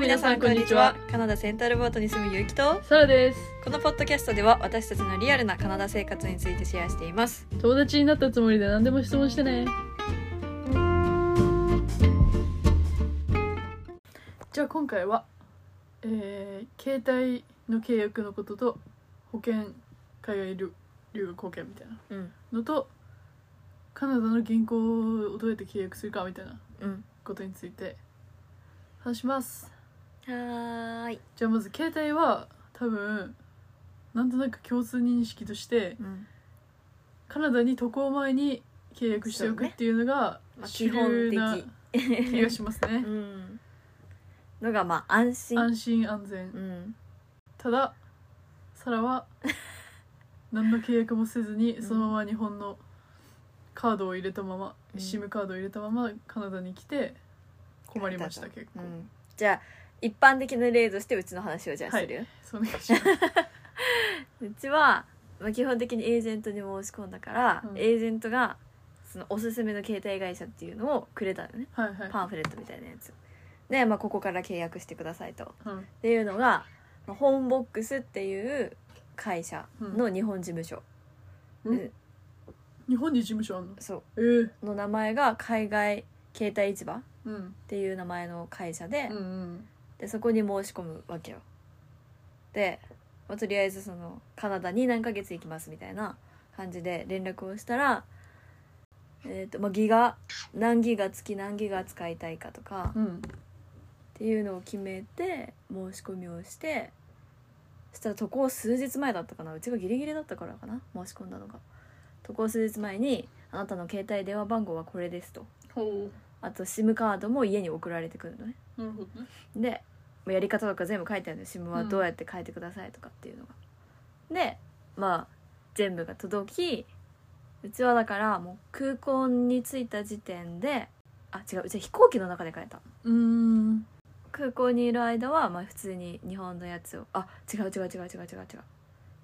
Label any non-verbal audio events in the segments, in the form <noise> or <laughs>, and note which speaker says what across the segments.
Speaker 1: 皆さんこんにちはカナダセンタルボートに住むゆうきと
Speaker 2: サラです
Speaker 1: このポッドキャストでは私たちのリアルなカナダ生活についてシェアしています
Speaker 2: 友達になったつもりで何でも質問してねじゃあ今回は、えー、携帯の契約のことと保険海外留留学保険みたいな
Speaker 1: うん
Speaker 2: のとカナダの銀行をどうやって契約するかみたいな
Speaker 1: うん
Speaker 2: ことについて話します
Speaker 1: はーい
Speaker 2: じゃあまず携帯は多分なんとなく共通認識として
Speaker 1: うん
Speaker 2: カナダに渡航前に契約してお
Speaker 1: そう
Speaker 2: く
Speaker 1: ね
Speaker 2: っていうのが
Speaker 1: まあ
Speaker 2: 主流な気がしますね <laughs>
Speaker 1: うんのがまあ安心
Speaker 2: 安心安全
Speaker 1: うん
Speaker 2: ただサラ <laughs> は何の契約もせずに
Speaker 1: ん
Speaker 2: そのまま日本のカードを入れたまま、
Speaker 1: うん
Speaker 2: SIM カードを入れたままカナダに来て困りました結構、
Speaker 1: うんじゃあ一般的な例としてうちの話をじゃあする、
Speaker 2: そうお願いします <laughs>
Speaker 1: うちは、まあ、基本的にエージェントに申し込んだから、
Speaker 2: うん
Speaker 1: エージェントがそのおすすめの携帯会社っていうのをくれたのね
Speaker 2: はいはい、
Speaker 1: パンフレットみたいなやつで、まあ、ここから契約してくださいと
Speaker 2: うん
Speaker 1: っていうのがまあホームボックスっていう会社の日本事務所、
Speaker 2: うん
Speaker 1: で
Speaker 2: 日本に事務所あんの
Speaker 1: そ
Speaker 2: えー、
Speaker 1: うの名前が海外携帯市場っ
Speaker 2: うん
Speaker 1: ていう名前の会社で,、
Speaker 2: うんうん
Speaker 1: でそこに申し込むわけよで、まあ、とりあえずそのカナダに何ヶ月行きますみたいな感じで連絡をしたら、えーとまあ、ギガ何ギガ月何ギガ使いたいかとか、
Speaker 2: うん
Speaker 1: っていうのを決めて申し込みをしてそしたら渡航数日前だったかなうちがギリギリだったからかな申し込んだのが渡航数日前に「あなたの携帯電話番号はこれです」と
Speaker 2: ほ
Speaker 1: あと SIM カードも家に送られてくるのね
Speaker 2: うなるほどね
Speaker 1: でまあやり方とか全部書いてあるのよ SIM は
Speaker 2: うん
Speaker 1: どうやって変えてくださいとかっていうのが、でまあ全部が届きうちはだからもう空港に着いた時点であ違ううちは飛行機の中で変えた
Speaker 2: うーん
Speaker 1: 空港にいる間はまあ普通に日本のやつをあ違う違う違う違う違う違う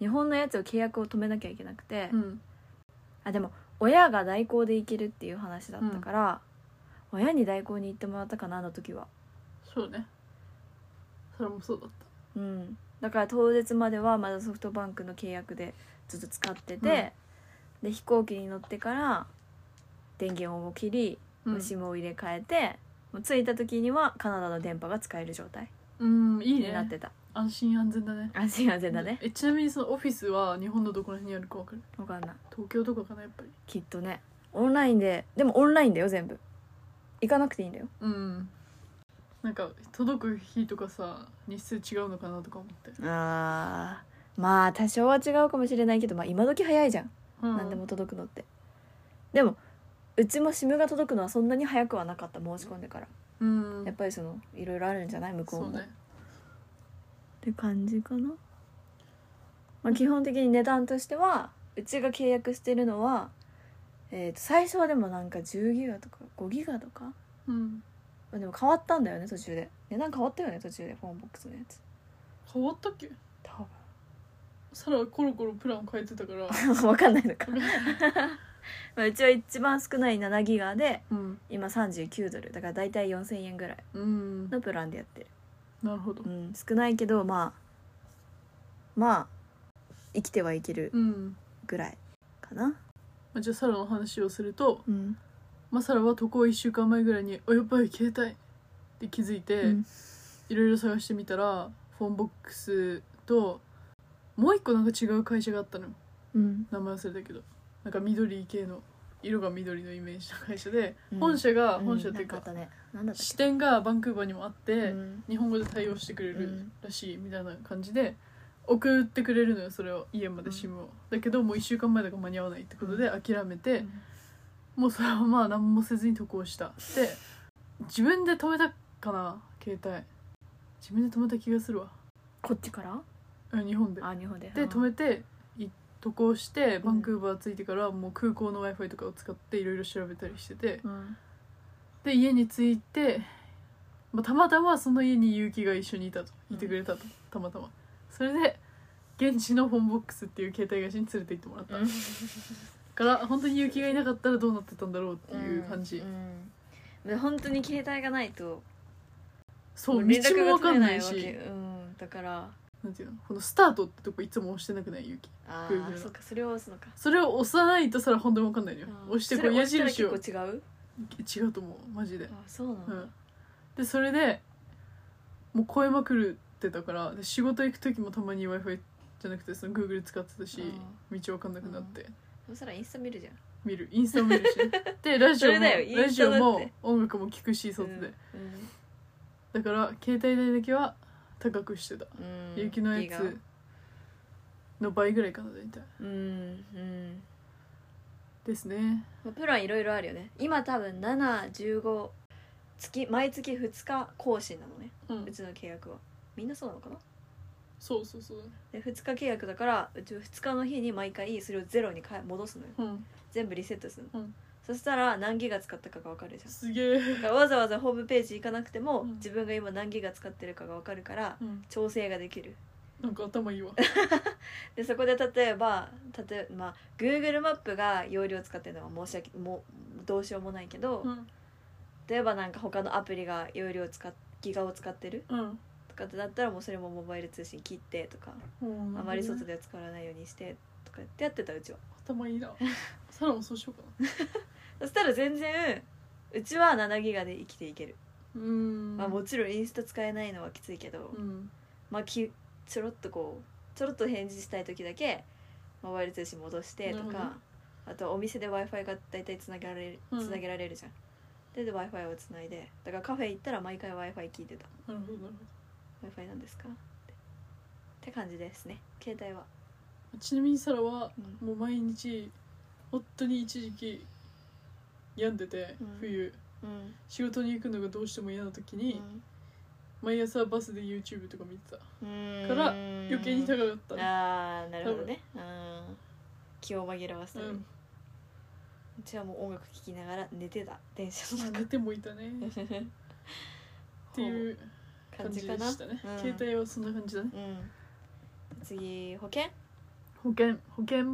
Speaker 1: 日本のやつを契約を止めなきゃいけなくて、
Speaker 2: うん
Speaker 1: あでも親が代行で行けるっていう話だったから、親に代行に行ってもらったかなあの時は
Speaker 2: そうねそれもそうだった
Speaker 1: うんだから当日まではまだソフトバンクの契約でずっと使ってて、で飛行機に乗ってから電源を切り
Speaker 2: うん
Speaker 1: SIM を入れ替えて、もう着いた時にはカナダの電波が使える状態
Speaker 2: うんいい
Speaker 1: になっ
Speaker 2: ね
Speaker 1: てた、
Speaker 2: 安心安全だね
Speaker 1: 安心安全だね
Speaker 2: えちなみにそのオフィスは日本のどこら辺にあるかわかる
Speaker 1: 分かんない
Speaker 2: 東京とかかなやっぱり
Speaker 1: きっとねオンラインででもオンラインだよ全部行かなくていいんだよ
Speaker 2: うんなんか届く日とかさ日数違うのかなとか思って、
Speaker 1: あーまあ多少は違うかもしれないけど、まあ、今時早いじゃん、
Speaker 2: うん、
Speaker 1: 何でも届くのってでもうちも SIM が届くのはそんなに早くはなかった申し込んでから
Speaker 2: うん
Speaker 1: やっぱりそのいろいろあるんじゃない向こう
Speaker 2: そ
Speaker 1: も
Speaker 2: うね
Speaker 1: って感じかな、まあ、基本的に値段としてはうちが契約してるのは、えー、と最初はでもなんか10ギガとか5ギガとか
Speaker 2: うん
Speaker 1: まあでも変わったんだよね途中で値段変わったよね途中でフォンボックスのやつ
Speaker 2: 変わったっけ
Speaker 1: 多
Speaker 2: サラはコロコロプラン変えてたから
Speaker 1: 分わかんないのかまあうちは一番少ない7ギガで
Speaker 2: うん
Speaker 1: 今39ドルだから大体4000円ぐらい
Speaker 2: うんな
Speaker 1: のプランでやってる
Speaker 2: るほど
Speaker 1: うん少ないけどまあまあ生きてはいける
Speaker 2: うん
Speaker 1: ぐらいかな
Speaker 2: まあじゃあサラの話をすると、
Speaker 1: うん、
Speaker 2: まあ、サラは渡航1週間前ぐらいに「おやばい携帯」って気づいて、
Speaker 1: うん
Speaker 2: いろいろ探してみたらフォンボックスともう一個なんか違う会社があったのよ
Speaker 1: うん
Speaker 2: 名前忘れたけどなんか緑系の色が緑のイメージの会社で、
Speaker 1: うん
Speaker 2: 本社が本社っていう
Speaker 1: なんかあ
Speaker 2: か,、
Speaker 1: ったねなんだったっ
Speaker 2: 支店がバンクーバーにもあって、
Speaker 1: け、うん
Speaker 2: 日本語で対応してくれ
Speaker 1: う
Speaker 2: る
Speaker 1: ん
Speaker 2: らしいみたいな感じで送ってくれるのよそれを家まで
Speaker 1: うん
Speaker 2: SIM を、だけどもう1週間前だから間に合わないってことで諦めて、
Speaker 1: うん
Speaker 2: もうそれはまあ何もせずに渡航した
Speaker 1: <laughs>
Speaker 2: で自分で止めたかな携帯自分で止めた気がするわ
Speaker 1: こっちから
Speaker 2: うん日本で
Speaker 1: あ日本で
Speaker 2: で止めてい渡航して
Speaker 1: ん
Speaker 2: バンクーバー着いてからもう空港の w i f i とかを使っていろいろ調べたりしてて
Speaker 1: うん
Speaker 2: で家に着いて、まあ、たまたまその家に結城が一緒にいたといてくれたと、たまたまそれで現地のホームボックスっていう携帯会社に連れて行ってもらった、
Speaker 1: うん
Speaker 2: から本当に結城がいなかったらどうなってたんだろうっていう感じ、
Speaker 1: うんうんで本当に携帯がないと
Speaker 2: そう
Speaker 1: 連
Speaker 2: 道
Speaker 1: 絡
Speaker 2: も分
Speaker 1: が取
Speaker 2: か
Speaker 1: れ
Speaker 2: ん
Speaker 1: な
Speaker 2: ないい
Speaker 1: わ
Speaker 2: し
Speaker 1: けうんだから
Speaker 2: なんていうのこのスタートってとこいつも押してなくないゆうき
Speaker 1: あ
Speaker 2: Google
Speaker 1: あ
Speaker 2: の
Speaker 1: そっかそれを押すのか
Speaker 2: それを押さないとさら本当に分かんないのよ
Speaker 1: あー
Speaker 2: 押して
Speaker 1: そ
Speaker 2: こ
Speaker 1: れ
Speaker 2: う矢印を
Speaker 1: 押したら結構違う
Speaker 2: 違うと思うマジで
Speaker 1: あそうなん
Speaker 2: う
Speaker 1: だ、
Speaker 2: んでそれでもう超えまくるってたからで仕事行く時もたまに w i f i じゃなくてその Google 使ってたし道分かんなくなって
Speaker 1: そしたらインスタ見るじゃん
Speaker 2: 見るインスタも見るし
Speaker 1: <laughs>
Speaker 2: でラジオ
Speaker 1: それ
Speaker 2: も
Speaker 1: だよ
Speaker 2: ラジオ
Speaker 1: インスタだっ
Speaker 2: も
Speaker 1: て
Speaker 2: 音楽も聴くし外で、だから携帯代だけは高くしてた
Speaker 1: うんうん
Speaker 2: 雪の
Speaker 1: いい
Speaker 2: や
Speaker 1: が
Speaker 2: つの倍ぐらいかな大体
Speaker 1: うんうん
Speaker 2: ですね
Speaker 1: まあプランいろいろあるよね今多分715月毎月2日更新なのね
Speaker 2: うん
Speaker 1: うちの契約はみんなそうなのかな
Speaker 2: そうそうそう
Speaker 1: で2日契約だからうち2日の日に毎回それをゼロにかえ戻すのよ
Speaker 2: うん
Speaker 1: 全部リセットするの、
Speaker 2: うん
Speaker 1: そしたら何ギガ使ったかが分かるじゃん
Speaker 2: すげえ、
Speaker 1: だからわざわざホームページ行かなくても、
Speaker 2: うん
Speaker 1: 自分が今何ギガ使ってるかが分かるから
Speaker 2: うん、
Speaker 1: 調整ができる
Speaker 2: なんか頭いいわ
Speaker 1: でそこで例えば例えば、まあ、Google マップが容量使ってるのは申し訳もうどうしようもないけど、
Speaker 2: うん
Speaker 1: 例えばなんか他のアプリが容量使っギガを使ってる
Speaker 2: うん
Speaker 1: とかってなったらもうそれもモバイル通信切ってとか、
Speaker 2: うん
Speaker 1: あまり外では使わないようにしてとかってやってたうちは
Speaker 2: 頭いいなサラもそうしようかな
Speaker 1: そしたら全然うちは7ギガで生きていける、
Speaker 2: うーん
Speaker 1: まあ、もちろんインスタ使えないのはきついけど、
Speaker 2: うん
Speaker 1: まあ、きちょろっとこうちょろっと返事したい時だけモバイル通信戻してと
Speaker 2: なるほどね
Speaker 1: かあとお店で w i f i が大体つなげられる
Speaker 2: うん
Speaker 1: つなげられるじゃん、でで w i f i をつないでだからカフェ行ったら毎回 w i f i 聞いてた
Speaker 2: なるほどなるほ
Speaker 1: w i f i なんですかってって感じですね携帯は、
Speaker 2: どちなみにサラは
Speaker 1: うん
Speaker 2: もう毎日本当に一時期病んでて、
Speaker 1: うん
Speaker 2: 冬
Speaker 1: うん
Speaker 2: 仕事に行くのがどうしても嫌な時に、毎朝バスで YouTube とか見てた
Speaker 1: うん
Speaker 2: から
Speaker 1: うん
Speaker 2: 余計に高かったね
Speaker 1: ああなるほどねうん気を紛らわすた
Speaker 2: う、
Speaker 1: めに、うんちはもう音楽聴きながら寝てた電車の
Speaker 2: まあ
Speaker 1: 中
Speaker 2: 寝てもいたねっていう
Speaker 1: 感
Speaker 2: 感
Speaker 1: じ
Speaker 2: じ
Speaker 1: か
Speaker 2: で
Speaker 1: な
Speaker 2: したね、
Speaker 1: うん
Speaker 2: 携帯はそんな感じだね
Speaker 1: うん、次保険
Speaker 2: 保険保険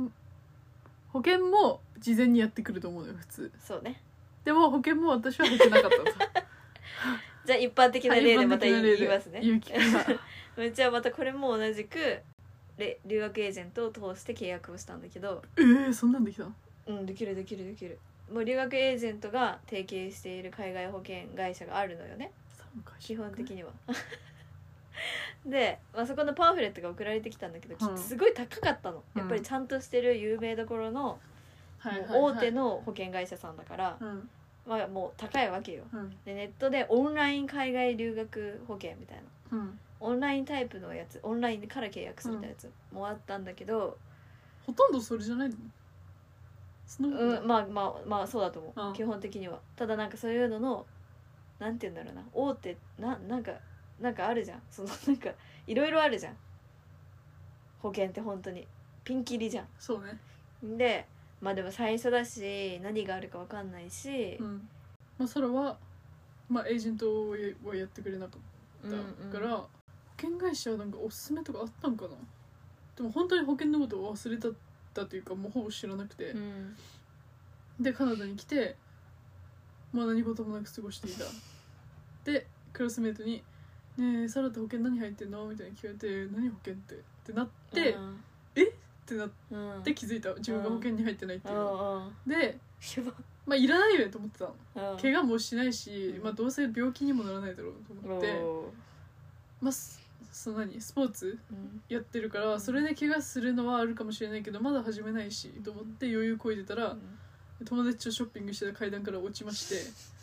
Speaker 2: 保険も事前にやってくると思うのよ普通
Speaker 1: そうね
Speaker 2: でも保険も私は入ってなかった
Speaker 1: <laughs>
Speaker 2: と
Speaker 1: じゃあ一般的な例でまた言い言いますね
Speaker 2: 勇気から
Speaker 1: <laughs> うちはまたこれも同じくれ留学エージェントを通して契約をしたんだけど
Speaker 2: えー、そんなんできたの
Speaker 1: うんできるできるできるもう留学エージェントが提携している海外保険会社があるのよね
Speaker 2: 三回
Speaker 1: 基本的にはで、まあ、そこのパンフレットが送られてきたんだけど、
Speaker 2: うん
Speaker 1: すごい高かったの
Speaker 2: うん
Speaker 1: やっぱりちゃんとしてる有名どころの、
Speaker 2: はいはいはい
Speaker 1: もう大手の保険会社さんだから、
Speaker 2: うん
Speaker 1: まあもう高いわけよ
Speaker 2: うん
Speaker 1: でネットでオンライン海外留学保険みたいな
Speaker 2: うん
Speaker 1: オンラインタイプのやつオンラインから契約するみたいなやつもあったんだけど、
Speaker 2: ほとんどそれじゃないのそんなこと
Speaker 1: う
Speaker 2: ない
Speaker 1: んまあまあまあそうだと思う、
Speaker 2: うん
Speaker 1: 基本的にはただなんかそういうののなんて言うんだろうな大手ななんかなんかあるじゃんそのなんかいろいろあるじゃん保険って本当にピンキリじゃ
Speaker 2: そうね
Speaker 1: んでまあでも最初だし何があるかわかんないし
Speaker 2: う、んまあサラはまあエージェントはやってくれなかっただから、保険会社はなんかおすすめとかあったんかなでも本当に保険のことを忘れたたというかもうほぼ知らなくて、
Speaker 1: うん
Speaker 2: でカナダに来てまあ何事もなく過ごしていたでクラスメートに「ねえサラって保険何入ってんの?」みたいに聞かれて「何保険って?」ってなって、っ
Speaker 1: うん
Speaker 2: てなっ
Speaker 1: うん、
Speaker 2: て気づいた自分が保険に入ってないっていうの、
Speaker 1: うん
Speaker 2: で
Speaker 1: うん
Speaker 2: まあいらないよねと思ってたの
Speaker 1: やばうん
Speaker 2: 怪我もしないし
Speaker 1: う、ん
Speaker 2: まあ、どうせ病気にもならないだろうと思って、
Speaker 1: おー
Speaker 2: まあそその何スポーツ
Speaker 1: うん
Speaker 2: やってるからそれで怪我するのはあるかもしれないけどまだ始めないしと思って余裕こいでたら友達とショッピングしてた階段から落ちまして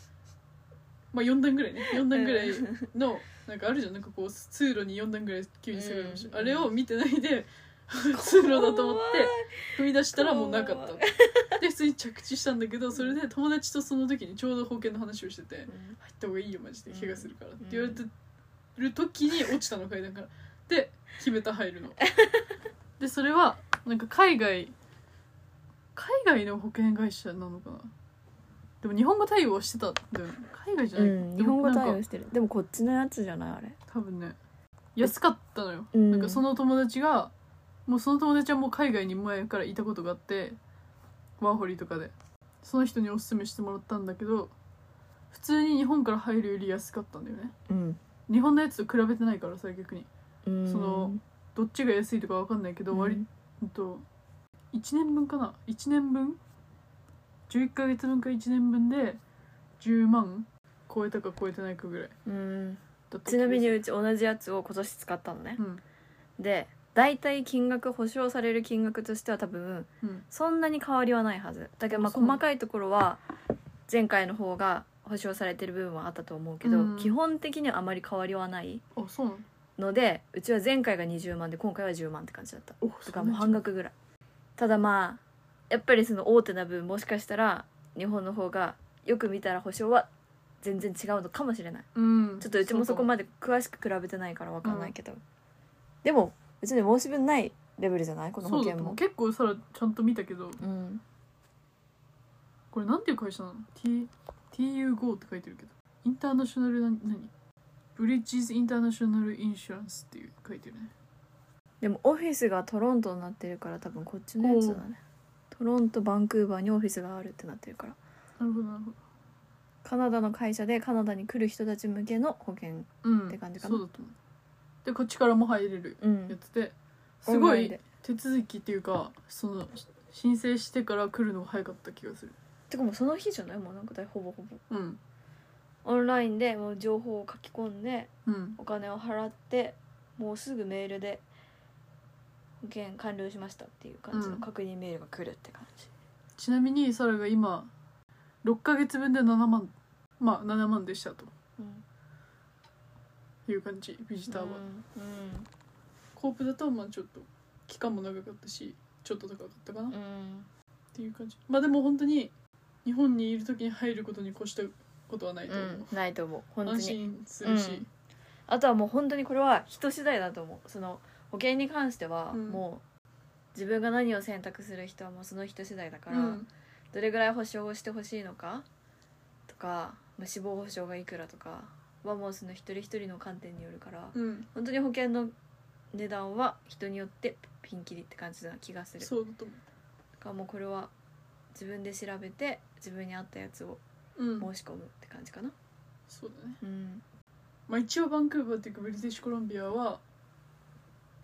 Speaker 2: まあ4段ぐらいね4段ぐらいのなんかあるじゃんなんかこう通路に4段ぐらい急に下がりました、
Speaker 1: うん
Speaker 2: あれを見てない
Speaker 1: <laughs>
Speaker 2: で通路だと思って踏み出したらもうなかったで普通に着地したんだけどそれで友達とその時にちょうど保険の話をしてて
Speaker 1: うん
Speaker 2: 入った方がいいよマジで
Speaker 1: うん
Speaker 2: 怪我するからって
Speaker 1: うん
Speaker 2: 言われてる時に落ちたの階段からで決めた入
Speaker 1: <laughs>
Speaker 2: るのでそれはなんか海外海外の保険会社なのかなでも日本語対応はしてたんだよね海外じゃない、
Speaker 1: うん、日本語対
Speaker 2: でもな
Speaker 1: 応
Speaker 2: んか
Speaker 1: してるでもこっちのやつじゃないあれ
Speaker 2: 多分ね安かったのよ、
Speaker 1: うん
Speaker 2: なんかその友達がもうその友達はもう海外に前からいたことがあってワーホリとかでその人におすすめしてもらったんだけど普通に日本から入るより安かったんだよね
Speaker 1: うん
Speaker 2: 日本のやつと比べてないからさ逆に
Speaker 1: うん
Speaker 2: そのどっちが安いとかわかんないけど、割と1年分かな1年分11ヶ月分か1年分で10万超えたか超えてないかぐらい
Speaker 1: うんうん
Speaker 2: だった
Speaker 1: ちなみに
Speaker 2: う
Speaker 1: うち同じやつを今年使ったのね
Speaker 2: ん
Speaker 1: で大体金額保証される金額としては多分
Speaker 2: うん
Speaker 1: そんなに変わりはないはずだけどまあ
Speaker 2: そうなの
Speaker 1: 細かいところは前回の方が保証されてる部分はあったと思うけど、
Speaker 2: うん
Speaker 1: 基本的にはあまり変わりはない
Speaker 2: あそうなの
Speaker 1: のでうちは前回が20万で今回は10万って感じだった
Speaker 2: お
Speaker 1: とかもう半額ぐらいただまあやっぱりその大手な分もしかしたら日本の方がよく見たら保証は全然違うのかもしれない
Speaker 2: うん
Speaker 1: ちょっとうちもそこ
Speaker 2: で
Speaker 1: まで詳しく比べてないから分かんないけど、でも別に申し分ないレベルじゃないこの
Speaker 2: そ
Speaker 1: 保
Speaker 2: うだ
Speaker 1: 険
Speaker 2: と思う
Speaker 1: も
Speaker 2: 結構さらちゃんと見たけど
Speaker 1: うん
Speaker 2: これなんていう会社なの T ?TU5 って書いてるけどインターナショナルな何ブリッジズ・インターナショナル・インシュランスっていう書いてるね
Speaker 1: でもオフィスがトロントになってるから多分こっちのやつだねトロントバンクーバーにオフィスがあるってなってるから
Speaker 2: なるほどなるほど
Speaker 1: カナダの会社でカナダに来る人たち向けの保険
Speaker 2: うん
Speaker 1: って感じかな
Speaker 2: そうだと思うでこっちからも入れる
Speaker 1: うん
Speaker 2: やつで
Speaker 1: オ
Speaker 2: す
Speaker 1: ンラ
Speaker 2: ご
Speaker 1: インで
Speaker 2: い手続きっていうかその申請してから来るのが早かった気がする
Speaker 1: てかもうその日じゃないもうなんかだいほぼほぼ
Speaker 2: うん
Speaker 1: オンラインでもう情報を書き込んで
Speaker 2: うん
Speaker 1: お金を払ってもうすぐメールで保険完了しましたっていう感じ
Speaker 2: う
Speaker 1: の
Speaker 2: ん
Speaker 1: 確認メールが来るって感じ、
Speaker 2: ちなみにサラが今6ヶ月分で7万まあ7万でしたと
Speaker 1: うん、
Speaker 2: いう感じビジターは、
Speaker 1: うん
Speaker 2: コープだとまあちょっと期間も長かったしちょっと高かったかなっ
Speaker 1: うん
Speaker 2: ていう感じまあでも本当に日本にいる時に入ることに越したことはないと
Speaker 1: う
Speaker 2: 思
Speaker 1: んないと思う本
Speaker 2: う、
Speaker 1: 当
Speaker 2: 安
Speaker 1: に
Speaker 2: 心するし、
Speaker 1: あとはもう本当にこれは人次第だと思うその保険に関しては
Speaker 2: うん
Speaker 1: もう自分が何を選択する人はもうその人次第だか
Speaker 2: う
Speaker 1: ら、
Speaker 2: ん
Speaker 1: どれぐらい保証をしてほしいのかとか、まあ、死亡保証がいくらとかはもうその一人一人の観点によるから、
Speaker 2: うん、
Speaker 1: 本当に保険の値段は人によってピンキリって感じな気がするだ
Speaker 2: そうだと思
Speaker 1: からもうこれは自分で調べて自分に合ったやつを
Speaker 2: う、うん、
Speaker 1: 申し込むって感じかな
Speaker 2: そうだね
Speaker 1: うん
Speaker 2: まあ一応バンクーバーっていうかブリティッシュコロンビアは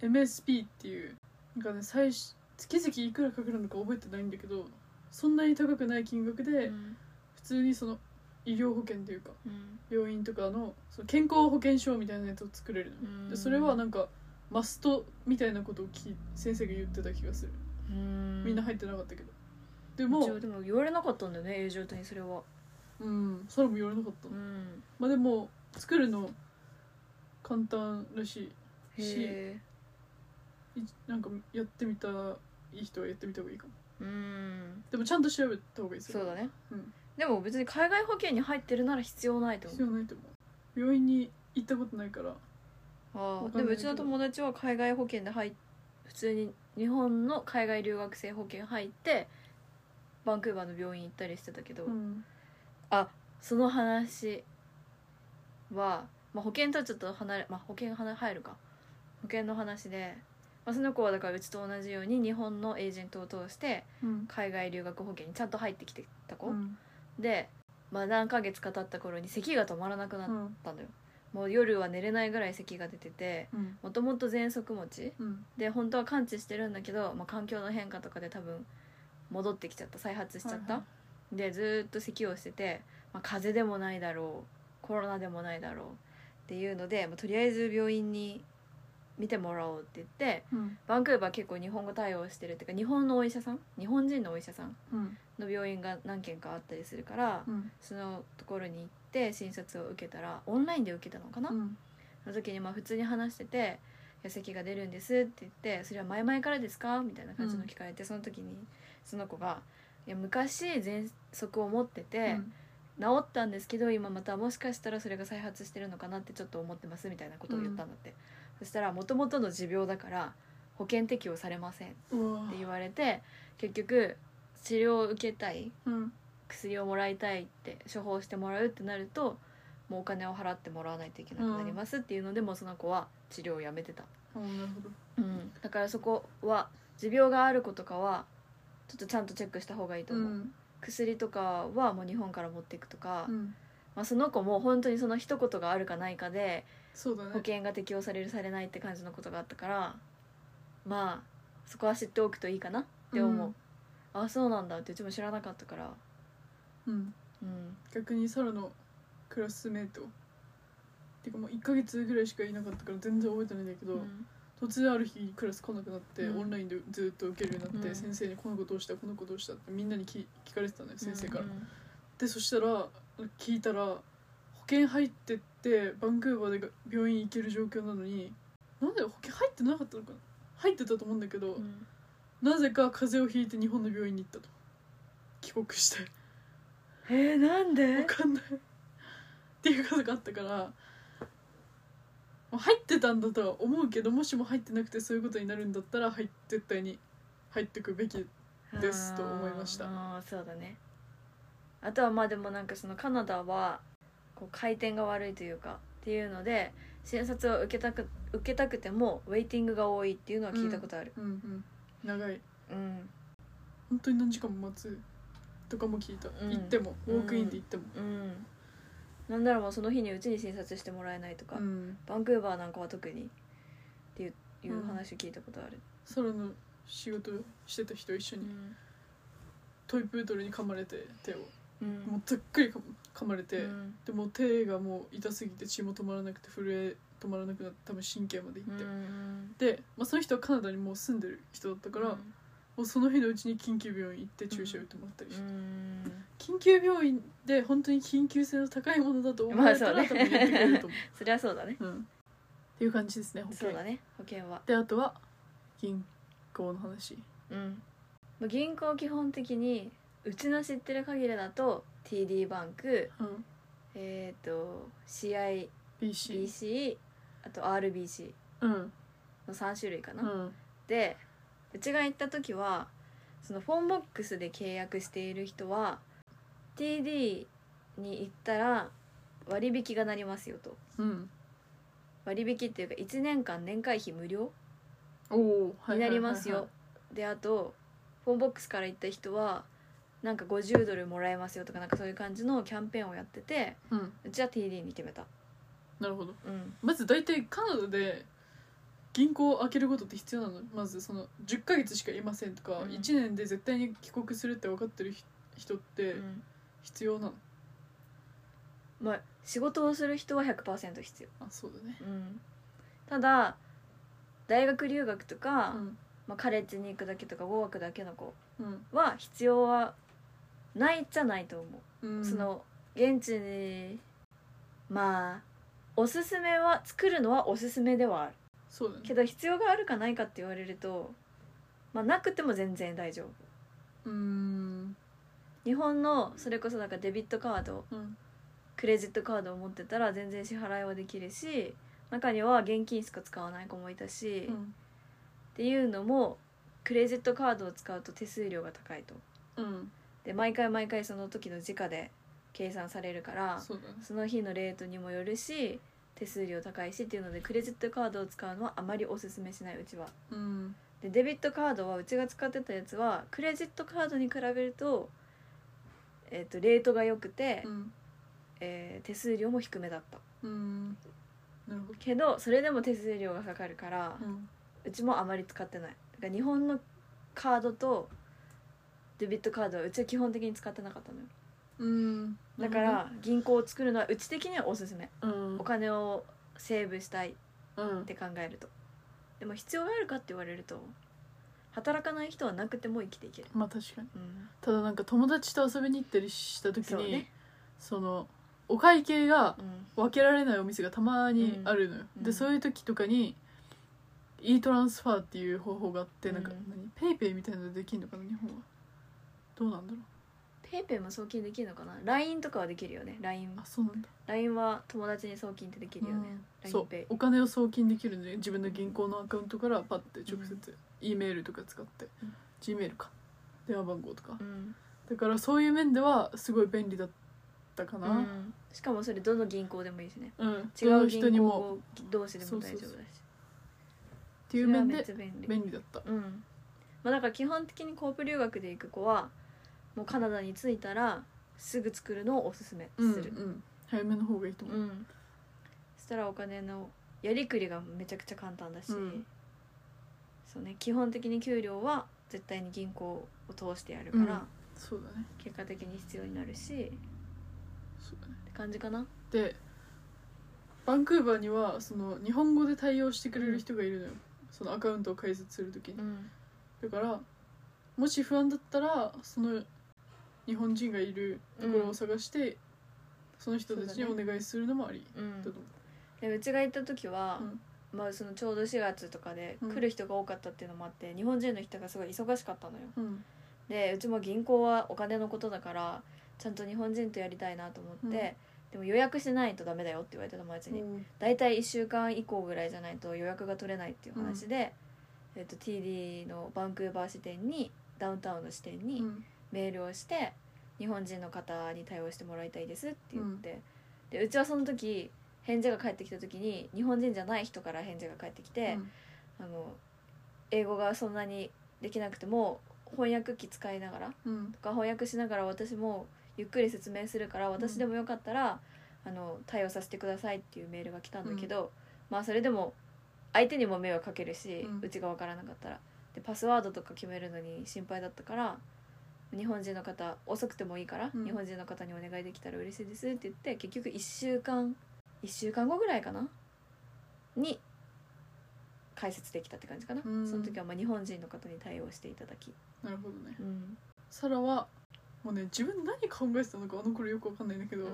Speaker 2: MSP っていうなんかね最初月々いくらかかるのか覚えてないんだけどそんなに高くない金額
Speaker 1: う
Speaker 2: で
Speaker 1: ん
Speaker 2: 普通にその医療保険というか
Speaker 1: うん
Speaker 2: 病院とかのその健康保険証みたいなやつを作れるの、
Speaker 1: うん
Speaker 2: でそれはなんかマストみたいなことをき先生が言ってた気がする
Speaker 1: うん
Speaker 2: みんな入ってなかったけど、で
Speaker 1: も
Speaker 2: も
Speaker 1: でも言われなかったんだよねエージェントにそれは
Speaker 2: うんそれも言われなかったの、
Speaker 1: ん
Speaker 2: まあでも作るの簡単らし
Speaker 1: へえ
Speaker 2: いいなんかやってみたいい人はやってみた方がいいかも
Speaker 1: うん
Speaker 2: でもちゃんと調べた方がいいですよ
Speaker 1: そうだね、
Speaker 2: うん
Speaker 1: でも別に海外保険に入ってるなら必要ないと
Speaker 2: 必
Speaker 1: 思う
Speaker 2: 要ないと思う病院に行ったことないから
Speaker 1: あ
Speaker 2: わ
Speaker 1: あ
Speaker 2: か
Speaker 1: で
Speaker 2: ん
Speaker 1: も
Speaker 2: な
Speaker 1: う
Speaker 2: い
Speaker 1: ち
Speaker 2: けど
Speaker 1: の友達は海外保険で入っ普通に日本の海外留学生保険入ってバンクーバーの病院行ったりしてたけど、
Speaker 2: うん
Speaker 1: その話は、まあ、保険とはちょっと離れ、まあ、保険離れ入るか保険の話で、まあ、その子はだからうちと同じように日本のエージェントを通して
Speaker 2: うん
Speaker 1: 海外留学保険にちゃんと入ってきてた子、
Speaker 2: うん
Speaker 1: で、まあ、何ヶ月か経った頃に咳が止まらなくな
Speaker 2: う
Speaker 1: っ
Speaker 2: ん
Speaker 1: たのよ、もう夜は寝れないぐらい咳が出てて
Speaker 2: うん
Speaker 1: もともと喘息持ち
Speaker 2: うん
Speaker 1: で本当は完治してるんだけど、まあ、環境の変化とかで多分戻ってきちゃった再発しちゃった、
Speaker 2: はいは
Speaker 1: でずーっと咳をしてて、まあ、風邪でもないだろうコロナでもないだろうっていうので、まあ、とりあえず病院に見てもらおうって言って
Speaker 2: うん
Speaker 1: バンクーバー結構日本語対応してるっていうか日本のお医者さん日本人のお医者さん
Speaker 2: うん
Speaker 1: の病院が何軒かあったりするから、
Speaker 2: うん
Speaker 1: そのところに行って診察を受けたらオンラインで受けたのかな、
Speaker 2: うん
Speaker 1: その時にまあ普通に話してて「痩せ気が出るんです」って言って「それは前々からですか?」みたいな感じの聞かれて、その時にその子が「いや昔喘息を持ってて、治ったんですけど今またもしかしたらそれが再発してるのかなってちょっと思ってます」みたいなことを言ったんだって、そしたら「もともとの持病だから保険適用されません」っ
Speaker 2: うんうわ
Speaker 1: て言われて結局治療を受けたい
Speaker 2: うん
Speaker 1: 薬をもらいたいって処方してもらうってなるともうお金を払ってもらわないといけなくなりますっていうので、もうその子は治療をやめてた、
Speaker 2: あなるほど
Speaker 1: だからそこは持病がある子とかはちょっとちゃんとチェックした方がいいと思う、
Speaker 2: ん
Speaker 1: 薬とかはもう日本から持っていくとか、
Speaker 2: うん
Speaker 1: ままあ、その子も本当にその一言があるかないかで
Speaker 2: そうだね
Speaker 1: 保険が適用されるされないって感じのことがあったからまあそこは知っておくといいかなって思う、あそうなんだってうちも知らなかったから
Speaker 2: うん、うん
Speaker 1: うん
Speaker 2: 逆にサラのクラスメートてかもう1ヶ月ぐらいしかいなかったから全然覚えてないんだけど、
Speaker 1: うん
Speaker 2: 突然ある日クラス来なくなって、
Speaker 1: うん
Speaker 2: オンラインでずっと受けるようになって、
Speaker 1: うん
Speaker 2: 先生にこの子どうしたこの子どうしたってみんなに聞聞かれてたのよ先生から、
Speaker 1: うんうん
Speaker 2: でそしたら聞いたら保険入ってってバンクーバーで病院行ける状況なのになんで保険入ってなかったのかな入ってたと思うんだけど、
Speaker 1: うん
Speaker 2: なぜか風邪をひいて日本の病院に行ったと帰国して
Speaker 1: えー、なん
Speaker 2: わ
Speaker 1: で
Speaker 2: かんないっていうことがあったからまあ入ってたんだとは思うけどもしも入ってなくてそういうことになるんだったら入絶対に入ってくべきですと思いました
Speaker 1: あーそうだねあとはまあでもなんかそのカナダはこう回転が悪いというかっていうので診察を受けたく受けたくてもウェイティングが多いっていうのは聞いたことある
Speaker 2: うんうん長い
Speaker 1: うん
Speaker 2: 本当に何時間も待つとかも聞いた、
Speaker 1: うん
Speaker 2: 行ってもウォークインで行っても、
Speaker 1: うん、なんならもうその日にうちに診察してもらえないとか、
Speaker 2: うん、
Speaker 1: バンクーバーなんかは特にっていうい
Speaker 2: うん
Speaker 1: う話聞いたことある、
Speaker 2: ソロの仕事してた人一緒
Speaker 1: う
Speaker 2: に
Speaker 1: ん
Speaker 2: トイプードルに噛まれて手を
Speaker 1: うん
Speaker 2: もうざっくり噛噛まれて、
Speaker 1: うん
Speaker 2: でもう手がもう痛すぎて血も止まらなくて震え止まらなくなって多分神経までいって、
Speaker 1: うん
Speaker 2: で、まあ、その人はカナダにもう住んでる人だったから、
Speaker 1: う
Speaker 2: も
Speaker 1: ん
Speaker 2: うその日のうちに緊急病院行って注射打ってもらったりして、
Speaker 1: うん
Speaker 2: 緊急病院で本当に緊急性の高いものだと思われたら、
Speaker 1: まあそ
Speaker 2: 多
Speaker 1: う
Speaker 2: 分
Speaker 1: ね
Speaker 2: やってくれると思
Speaker 1: そりゃそうだね
Speaker 2: う、うん、っていう感じですね保
Speaker 1: そ
Speaker 2: 険
Speaker 1: うだね保険は
Speaker 2: であとは銀行の話
Speaker 1: うんまあ銀行基本的にうちの知ってる限りだと TD バンク
Speaker 2: うん
Speaker 1: えっ、と CIBC
Speaker 2: BC
Speaker 1: あと RBC
Speaker 2: うん
Speaker 1: の3種類かな、
Speaker 2: うん
Speaker 1: でうちが行った時はそのフォンボックスで契約している人は TD に行ったら割引がなりますよと
Speaker 2: うん
Speaker 1: 割引っていうか1年間年会費無料
Speaker 2: おお
Speaker 1: になりますよであとフォンボックスから行った人はなんか50ドルもらえますよとかなんかそういう感じのキャンペーンをやってて
Speaker 2: うん
Speaker 1: うちは TD に決めた
Speaker 2: なるほど
Speaker 1: うん
Speaker 2: まず大体カナダで銀行を開けることって必要なのまずその10ヶ月しかいませんとか、
Speaker 1: うん
Speaker 2: 1年で絶対に帰国するって分かってるひ人って
Speaker 1: うん
Speaker 2: 必要なの、
Speaker 1: まあ仕事をする人は100%必要
Speaker 2: あそうだね
Speaker 1: うんただ大学留学とか、
Speaker 2: うん
Speaker 1: まあ、カレッジに行くだけとか語学だけの子
Speaker 2: うん
Speaker 1: は必要はないじゃないと思う、
Speaker 2: うん
Speaker 1: その現地にまあおすすめは作るのはおすすめではある
Speaker 2: そうだね
Speaker 1: けど必要があるかないかって言われると、まあ、なくても全然大丈夫
Speaker 2: うーん
Speaker 1: 日本のそれこそなんかデビットカード
Speaker 2: うん
Speaker 1: クレジットカードを持ってたら全然支払いはできるし中には現金しか使わない子もいたし、
Speaker 2: う
Speaker 1: っ
Speaker 2: ん
Speaker 1: ていうのもクレジットカードを使うと手数料が高いと
Speaker 2: うん
Speaker 1: で毎回毎回その時の時価で計算されるから
Speaker 2: そうだね
Speaker 1: その日のレートにもよるし手数料高いしっていうのでクレジットカードを使うのはあまりおすすめしないうちは
Speaker 2: うん
Speaker 1: でデビットカードはうちが使ってたやつはクレジットカードに比べると,、えっとレートが良くて、
Speaker 2: うん
Speaker 1: えー手数料も低めだった
Speaker 2: うんなるほど
Speaker 1: けどそれでも手数料がかかるから、
Speaker 2: うん
Speaker 1: うちもあまり使ってないだから日本のカードとデビットカードはうちは基本的に使ってなかったのよ
Speaker 2: うん
Speaker 1: だから銀行を作るのはうち的にはおすすめ
Speaker 2: うん
Speaker 1: お金をセーブしたいっ
Speaker 2: うん
Speaker 1: て考えるとでも必要があるかって言われると働かない人はなくても生きていける、
Speaker 2: まあ確かに
Speaker 1: うん、
Speaker 2: ただなんか友達と遊びに行ったりした時
Speaker 1: そう
Speaker 2: に、
Speaker 1: ね、
Speaker 2: そのお会計が
Speaker 1: うん、
Speaker 2: 分けられないお店がたまにあるのよ、
Speaker 1: うんう
Speaker 2: で
Speaker 1: ん
Speaker 2: そういう時とかに e トランスファーっていう方法があってなんか
Speaker 1: うん
Speaker 2: 何ペイペイみたいなのできるのかな日本はどうなんだろう
Speaker 1: ペイペイも送金できるのかな LINE とかはできるよね LINE,
Speaker 2: あそうなんだ、
Speaker 1: LINE は友達に送金ってできるよね、
Speaker 2: うん
Speaker 1: LINE
Speaker 2: そう
Speaker 1: ペイ
Speaker 2: お金を送金できるんで自分の銀行のアカウントからパッて直接 E メールとか使って、
Speaker 1: うん
Speaker 2: G メールか電話番号とか、
Speaker 1: うん
Speaker 2: だからそういう面ではすごい便利だったか
Speaker 1: う
Speaker 2: な、
Speaker 1: んしかもそれどの銀行でもいいしね
Speaker 2: うん
Speaker 1: 違
Speaker 2: ど
Speaker 1: う
Speaker 2: の
Speaker 1: 銀
Speaker 2: 人にも
Speaker 1: 行同士でも大丈夫だし
Speaker 2: そうそうって
Speaker 1: そ
Speaker 2: いう
Speaker 1: れは
Speaker 2: 面
Speaker 1: めっ
Speaker 2: で
Speaker 1: ちゃ便利
Speaker 2: 便利だった
Speaker 1: うんまあ、だから基本的にコープ留学で行く子はもうカナダに着いたらすぐ作るのをおすすめす
Speaker 2: うんう
Speaker 1: る、
Speaker 2: ん早めの方がいいと思う、
Speaker 1: うんそしたらお金のやりくりがめちゃくちゃ簡単だし、
Speaker 2: うん
Speaker 1: そうね基本的に給料は絶対に銀行を通してやるから、
Speaker 2: うんそうだね
Speaker 1: 結果的に必要になるしっ
Speaker 2: そうだね
Speaker 1: て感じかな
Speaker 2: でバンクーバーにはその日本語で対応してくれる人がいるのよ、そのアカウントを開設するときに
Speaker 1: うん
Speaker 2: だからもし不安だったらその日本人がいるところを探して、その人たちに
Speaker 1: そ
Speaker 2: お
Speaker 1: うだ
Speaker 2: 願いするのもあり
Speaker 1: う
Speaker 2: だ
Speaker 1: ん
Speaker 2: と思う
Speaker 1: でうちが行った時は、
Speaker 2: うん
Speaker 1: まあ、そのちょうど4月とかで
Speaker 2: うん
Speaker 1: 来る人が多かったっていうのもあって、日本人の人がすごい忙しかったのよ
Speaker 2: うん
Speaker 1: でうちも銀行はお金のことだからちゃんと日本人とやりたいなと思って、
Speaker 2: うん
Speaker 1: でも予約しないとダメだよって言われた友達に、大体1週間以降ぐらいじゃないと予約が取れないっていう話で、えっと TD のバンクーバー支店にダウンタウンの支店
Speaker 2: う
Speaker 1: に
Speaker 2: ん
Speaker 1: メールをして、日本人の方に対応してもらいたいですって言って、でうちはその時返事が返ってきた時に日本人じゃない人から返事が返ってきて、
Speaker 2: うん
Speaker 1: あの英語がそんなにできなくても翻訳機使いながら
Speaker 2: うん
Speaker 1: とか翻訳しながら私もゆっくり説明するから私でもよかったら、あの対応させてくださいっていうメールが来たんだけど、まあそれでも相手にも迷惑かけるし、
Speaker 2: うん
Speaker 1: うちが分からなかったらでパスワードとか決めるのに心配だったから日本人の方遅くてもいいから、
Speaker 2: うん
Speaker 1: 日本人の方にお願いできたら嬉しいですって言って結局1週間1週間後ぐらいかなに解説できたって感じかな、
Speaker 2: うん
Speaker 1: その時はまあ日本人の方に対応していただき、
Speaker 2: なるほどね
Speaker 1: うん
Speaker 2: サラはもうね自分何考えてたのかあの頃よくわかんないんだけど、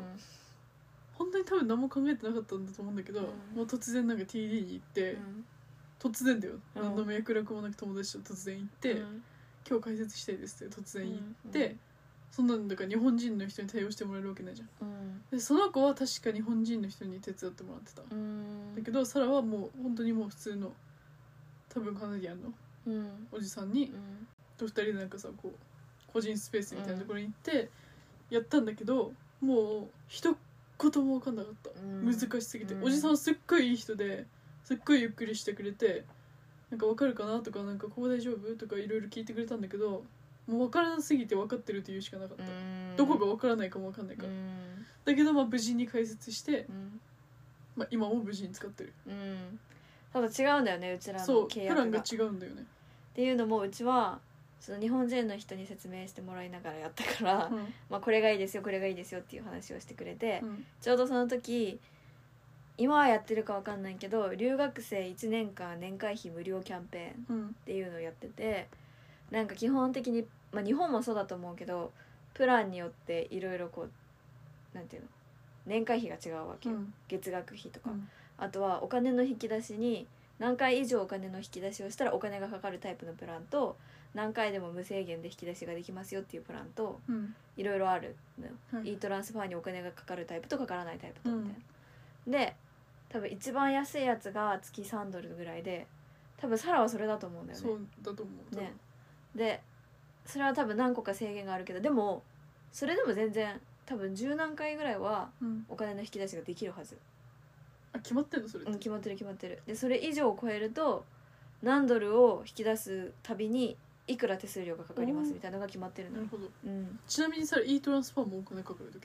Speaker 2: 本当に多分何も考えてなかったんだと思うんだけど、
Speaker 1: うん
Speaker 2: もう突然なんか TD に行って、突然だよ、
Speaker 1: うん
Speaker 2: 何の脈絡もなく友達と突然行って、
Speaker 1: うん
Speaker 2: 今日解説したいですって突然行っ
Speaker 1: うん
Speaker 2: て、そんなんだから日本人の人に対応してもらえるわけないじゃん
Speaker 1: うん
Speaker 2: でその子は確か日本人の人に手伝ってもらってた、
Speaker 1: うん
Speaker 2: だけどサラはもう本当にもう普通の多分カナディアンの
Speaker 1: うん
Speaker 2: おじさんに
Speaker 1: うん
Speaker 2: と二人でなんかさこう個人スペースみたいなところに行ってやったんだけどもう一言も分かんなかった、
Speaker 1: うん
Speaker 2: 難しすぎて、
Speaker 1: うん
Speaker 2: おじさんはすっごいいい人ですっごいゆっくりしてくれてなんか分かるかなとかなんかここ大丈夫とかいろいろ聞いてくれたんだけどもう分からなすぎて分かってるって言うしかなかった、どこが分からないかも分かんないから、
Speaker 1: うん
Speaker 2: だけどまあ無事に解説して、
Speaker 1: うん
Speaker 2: まあ、今も無事に使ってる
Speaker 1: うんただ違うんだよねうちらの
Speaker 2: そうプ
Speaker 1: 契
Speaker 2: ラ
Speaker 1: 約
Speaker 2: ンが
Speaker 1: がっ
Speaker 2: 違うんだよね、
Speaker 1: ていうのもうちはその日本人の人に説明してもらいながらやったから、
Speaker 2: うん
Speaker 1: まあ、これがいいですよこれがいいですよっていう話をしてくれて、
Speaker 2: うん
Speaker 1: ちょうどその時今はやってるかわかんないけど留学生1年間年会費無料キャンペーン
Speaker 2: うん
Speaker 1: っていうのをやっててなんか基本的に、まあ、日本もそうだと思うけどプランによっていろいろこうなんていうの年会費が違うわけ
Speaker 2: う
Speaker 1: よ、
Speaker 2: ん
Speaker 1: 月額費と
Speaker 2: う
Speaker 1: か、
Speaker 2: ん
Speaker 1: あとはお金の引き出しに何回以上お金の引き出しをしたらお金がかかるタイプのプランと何回でも無制限で引き出しができますよっていうプランと
Speaker 2: うん
Speaker 1: いろいろあるのよ、
Speaker 2: はい
Speaker 1: い、いトランスファーにお金がかかるタイプとかからないタイプとみたいな、で多分一番安いやつが月3ドルぐらいで多分サラはそれだと思うんだよね
Speaker 2: そうだと思う
Speaker 1: ねでそれは多分何個か制限があるけどでもそれでも全然多分十何回ぐらいは
Speaker 2: うん、
Speaker 1: お金の引き出しができるはず、
Speaker 2: あ決まってんのそれっ
Speaker 1: う
Speaker 2: て
Speaker 1: ん、決まってる決まってるでそれ以上を超えると何ドルを引き出すたびにいくら手数料がかかりますみたいなのが決まってるの
Speaker 2: なる、ほど
Speaker 1: うん、
Speaker 2: ちなみにさ e トランスファーもお金かかるとき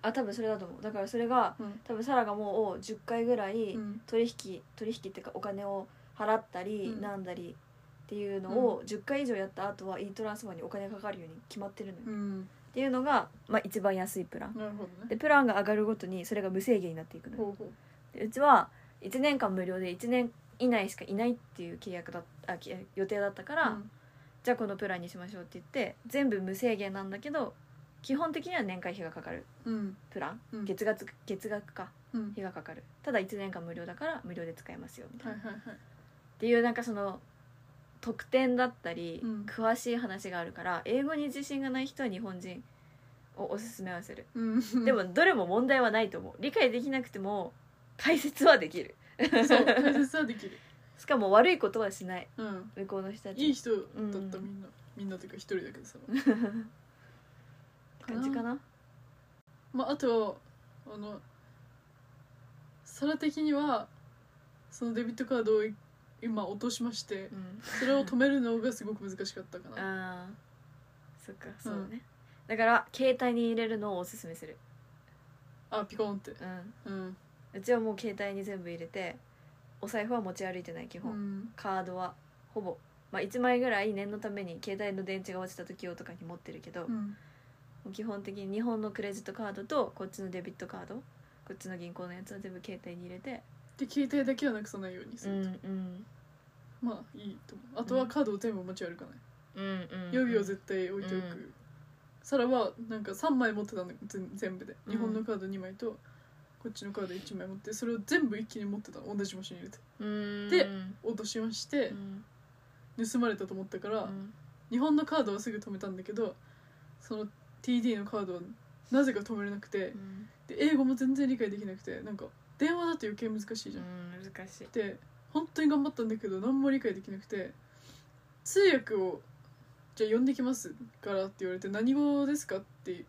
Speaker 1: あ多分それだと思うだからそれが
Speaker 2: うん
Speaker 1: 多分サラがもう10回ぐらい
Speaker 2: うん
Speaker 1: 取引取引っていうかお金を払ったり
Speaker 2: うん
Speaker 1: なんだりっていうのを10回以上やった後は e トランスファーにお金かかるように決まってるのよ
Speaker 2: うん
Speaker 1: っていうのが、まあ、一番安いプラン
Speaker 2: なるほどね
Speaker 1: でプランが上がるごとにそれが無制限になっていくのよ
Speaker 2: ほうほ
Speaker 1: でうちは1年間無料で1年以内しかいないっていう契約だあき予定だったから、
Speaker 2: うん
Speaker 1: じゃあこのプランにしましょうって言って全部無制限なんだけど基本的には年会費がかかる
Speaker 2: ううん
Speaker 1: プラン、
Speaker 2: うん
Speaker 1: 月額月額か
Speaker 2: うん
Speaker 1: 費がかかるただ1年間無料だから無料で使えますよみたい
Speaker 2: は
Speaker 1: な、
Speaker 2: いはいはい
Speaker 1: っていうなんかその特典だったり、
Speaker 2: うん
Speaker 1: 詳しい話があるから英語に自信がない人は日本人をおすすめはする
Speaker 2: うん
Speaker 1: でもどれも問題はないと思う理解できなくても解説はできる
Speaker 2: <laughs> そう解説はできる
Speaker 1: <laughs> しかも悪いことはしない
Speaker 2: うん
Speaker 1: 向こうの人たち
Speaker 2: いい人だったみ
Speaker 1: うん
Speaker 2: んなみんなというか一人だけどさ
Speaker 1: 感じかな
Speaker 2: まああとあのサラ的にはそのデビットカードを今落としまして
Speaker 1: うん
Speaker 2: それを止めるのがすごく難しかったかな
Speaker 1: ああそっかそうね、だから携帯に入れるのをおすすめする
Speaker 2: あピコンって
Speaker 1: うん
Speaker 2: うん、
Speaker 1: うちはもう携帯に全部入れてお財布は持ち歩いてない基
Speaker 2: う
Speaker 1: 本、
Speaker 2: ん、
Speaker 1: カードはほぼ、まあ、1枚ぐらい念のために携帯の電池が落ちた時用とかに持ってるけど、
Speaker 2: う
Speaker 1: も
Speaker 2: ん、
Speaker 1: う基本的に日本のクレジットカードとこっちのデビットカードこっちの銀行のやつは全部携帯に入れて
Speaker 2: で携帯だけはなくさないようにす
Speaker 1: うん
Speaker 2: ると、
Speaker 1: うん
Speaker 2: まあいいと思うあとはカードを全部持ち歩かない、
Speaker 1: うんうん
Speaker 2: 予備を絶対置いておく、
Speaker 1: うん
Speaker 2: サラはなんか3枚持ってたの全全部で
Speaker 1: うん
Speaker 2: 日本のカード2枚とこっちのカード1枚持ってそれを全部一気に持ってたの同じ場所に入れて
Speaker 1: うん
Speaker 2: で
Speaker 1: うん
Speaker 2: 落としまして
Speaker 1: うん
Speaker 2: 盗まれたと思ったから、
Speaker 1: うん
Speaker 2: 日本のカードはすぐ止めたんだけどその TD のカードはなぜか止めれなくて
Speaker 1: うん
Speaker 2: で英語も全然理解できなくてなんか電話だと余計難しいじゃん、
Speaker 1: うん難しい
Speaker 2: で本当に頑張ったんだけど何も理解できなくて通訳を「じゃあ呼んできますから」って言われて「何語ですか?」って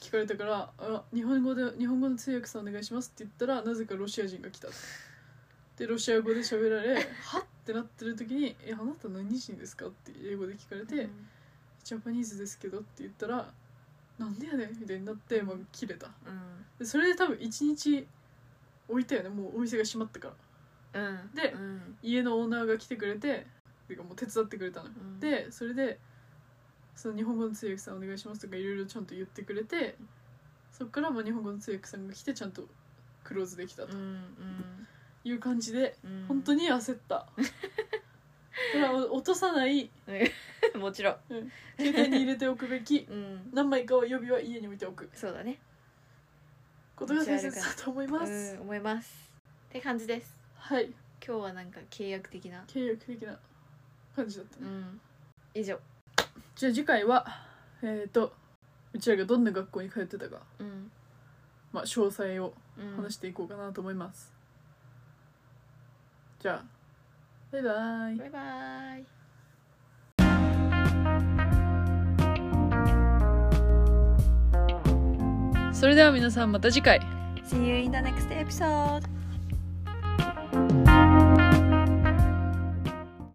Speaker 2: 聞かれたから「あ日本語で日本語の通訳さんお願いします」って言ったらなぜかロシア人が来たでロシア語で喋
Speaker 1: <laughs>
Speaker 2: られ「はっ?」ってなってる時に「えあなた何人ですか?」って英語で聞かれて
Speaker 1: うん
Speaker 2: 「ジャパニーズですけど」って言ったら「なんでやねん」みたいになって、まあ、切れた
Speaker 1: うん
Speaker 2: でそれで多分1日置いたよねもうお店が閉まったから
Speaker 1: うん
Speaker 2: で
Speaker 1: うん
Speaker 2: 家のオーナーが来てくれてていうかもう手伝ってくれたのよ、
Speaker 1: うん
Speaker 2: でそれでその日本語の通訳さんお願いしますとかいろいろちゃんと言ってくれてそっからまあ日本語の通訳さんが来てちゃんとクローズできたと
Speaker 1: うん
Speaker 2: いう感じで
Speaker 1: うん
Speaker 2: 本当
Speaker 1: に
Speaker 2: に焦った、だから落とさない
Speaker 1: <laughs> もちろん
Speaker 2: 携帯に入れておくべき
Speaker 1: うん
Speaker 2: 何枚かは予備は家に置いておく
Speaker 1: そうだね
Speaker 2: ことが大切だと思います、
Speaker 1: うん、思いますって感じです
Speaker 2: はい
Speaker 1: 今日はなんか契約的な
Speaker 2: 契約的な感じだった、
Speaker 1: うん以上
Speaker 2: じゃあ次回はえっ、とうちらがどんな学校に通ってたか
Speaker 1: うん、
Speaker 2: まあ、詳細を
Speaker 1: うん、
Speaker 2: 話していこうかなと思います、じゃあバイバイ
Speaker 1: バイバイ
Speaker 2: それでは皆さんまた次回
Speaker 1: See you in the next episode